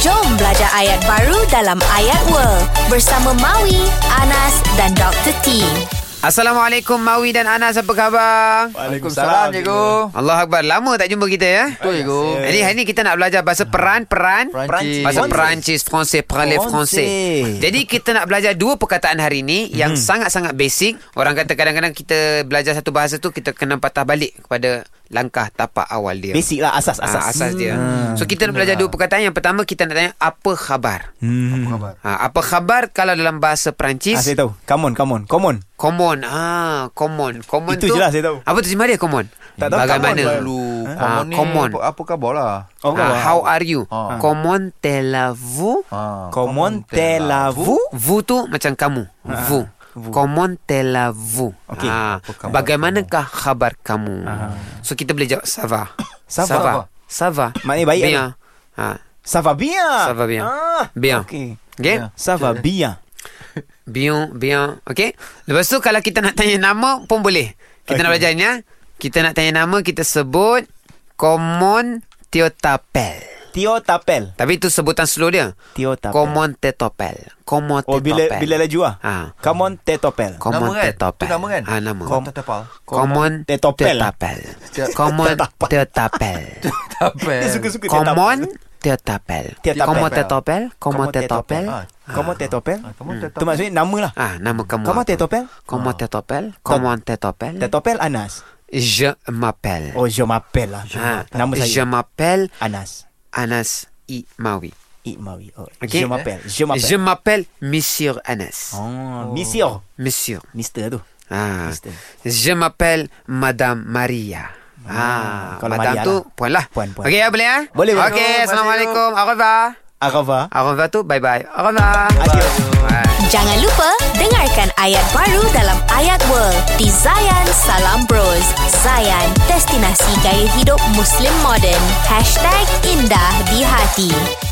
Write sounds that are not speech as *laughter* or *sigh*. Ada ayat baru dalam Ayat World bersama Maui, Anas dan Dr. T. Assalamualaikum Mawi dan Anas Apa khabar? Waalaikumsalam, cikgu. Allah Akbar Lama tak jumpa kita ya Betul, cikgu. Jadi hari ni kita nak belajar Bahasa peran Peran Perancis. Bahasa Perancis Francais Parler Francais Francais. Jadi kita nak belajar Dua perkataan hari ni Yang Hmm. sangat-sangat basic Orang kata kadang-kadang Kita belajar satu bahasa tu Kita kena patah balik Kepada langkah tapak awal dia Basic lah asas asas, asas. ha, asas dia. So kita nak belajar dua perkataan. Yang pertama kita nak tanya apa khabar. Hmm. Ha, apa khabar kalau dalam bahasa Perancis? Ah, saya tahu. Come on, come on, come on. Common ah, Common Common Itu tu je lah saya tahu. Apa tu terjemah dia common? Tak tahu, Bagaimana? common lah. Eh? dulu. Ha? Common Ah, ni common. apa, apa khabar lah? Oh, Ah, how are you? Ah. Common te la vous? Ah. Ha, Common lah, te la vous. Vous tu macam kamu. Vous. Common te la vous? Ah, Okey. Ah, Apa khabar bagaimanakah khabar kamu? Ah. So kita boleh jawab ça va. Ça Ça va. va. Ça va. Maknanya baik Bien. Ha. Ça va bien. Ça va bien. Ah, Bien. Okay. Okay? Ya. Ça va bien. Bien, bien. Okay? Lepas tu kalau kita nak tanya nama pun boleh. Kita okay. nak Okey. belajar ni ya. Kita nak tanya nama, kita sebut Komon Teotapel. Tio tapel. Tapi itu sebutan slow dia. Tio tapel. Komon Tetopel. Komon Tetopel. Oh, bila bila laju ah. Ha. Come on te topel. Komon Nama kan? Tetopel. Tu nama kan? Ha, nama. Kom- Tetopel. Komon Tetopel. Tetopel. Komon Tetapel. *laughs* Tetopel. Tapel. Dia suka-suka Komon Tetopel. Tetapel. Komon Tetopel. Komon Komon Tetopel. Hmm. Tetapel. Ah, Come on te topel. Ah, come on, te Itu topel. maksudnya nama lah. Ah, nama kamu. Come on apa? te topel. Komon Tetopel. Komon Tetopel. Te topel Anas. Je m'appelle. Oh, je m'appelle lah. Ah, Nama Je saya m'appelle Anas. Anas Imawi. Ikmawi. Oh, Okey. Je m'appelle. Je Je m'appelle. m'appelle Monsieur Anas. Oh, Monsieur. Monsieur. Mister tu. Ah. Mister. Je m'appelle Madame Maria. Ah, kalau Madame Maria tu lah. puan lah. Puan, puan. Okey, ya, boleh ah? Boleh, boleh. Okey, Terima kasih, oh. Assalamualaikum. Au revoir. Arava. Au revoir tu, bye-bye. Au revoir. Adios. Bye. Jangan lupa dengarkan ayat baru dalam Ayat World di Zayan Salam Bros. Zayan, destinasi gaya hidup Muslim modern. #IndahDiHati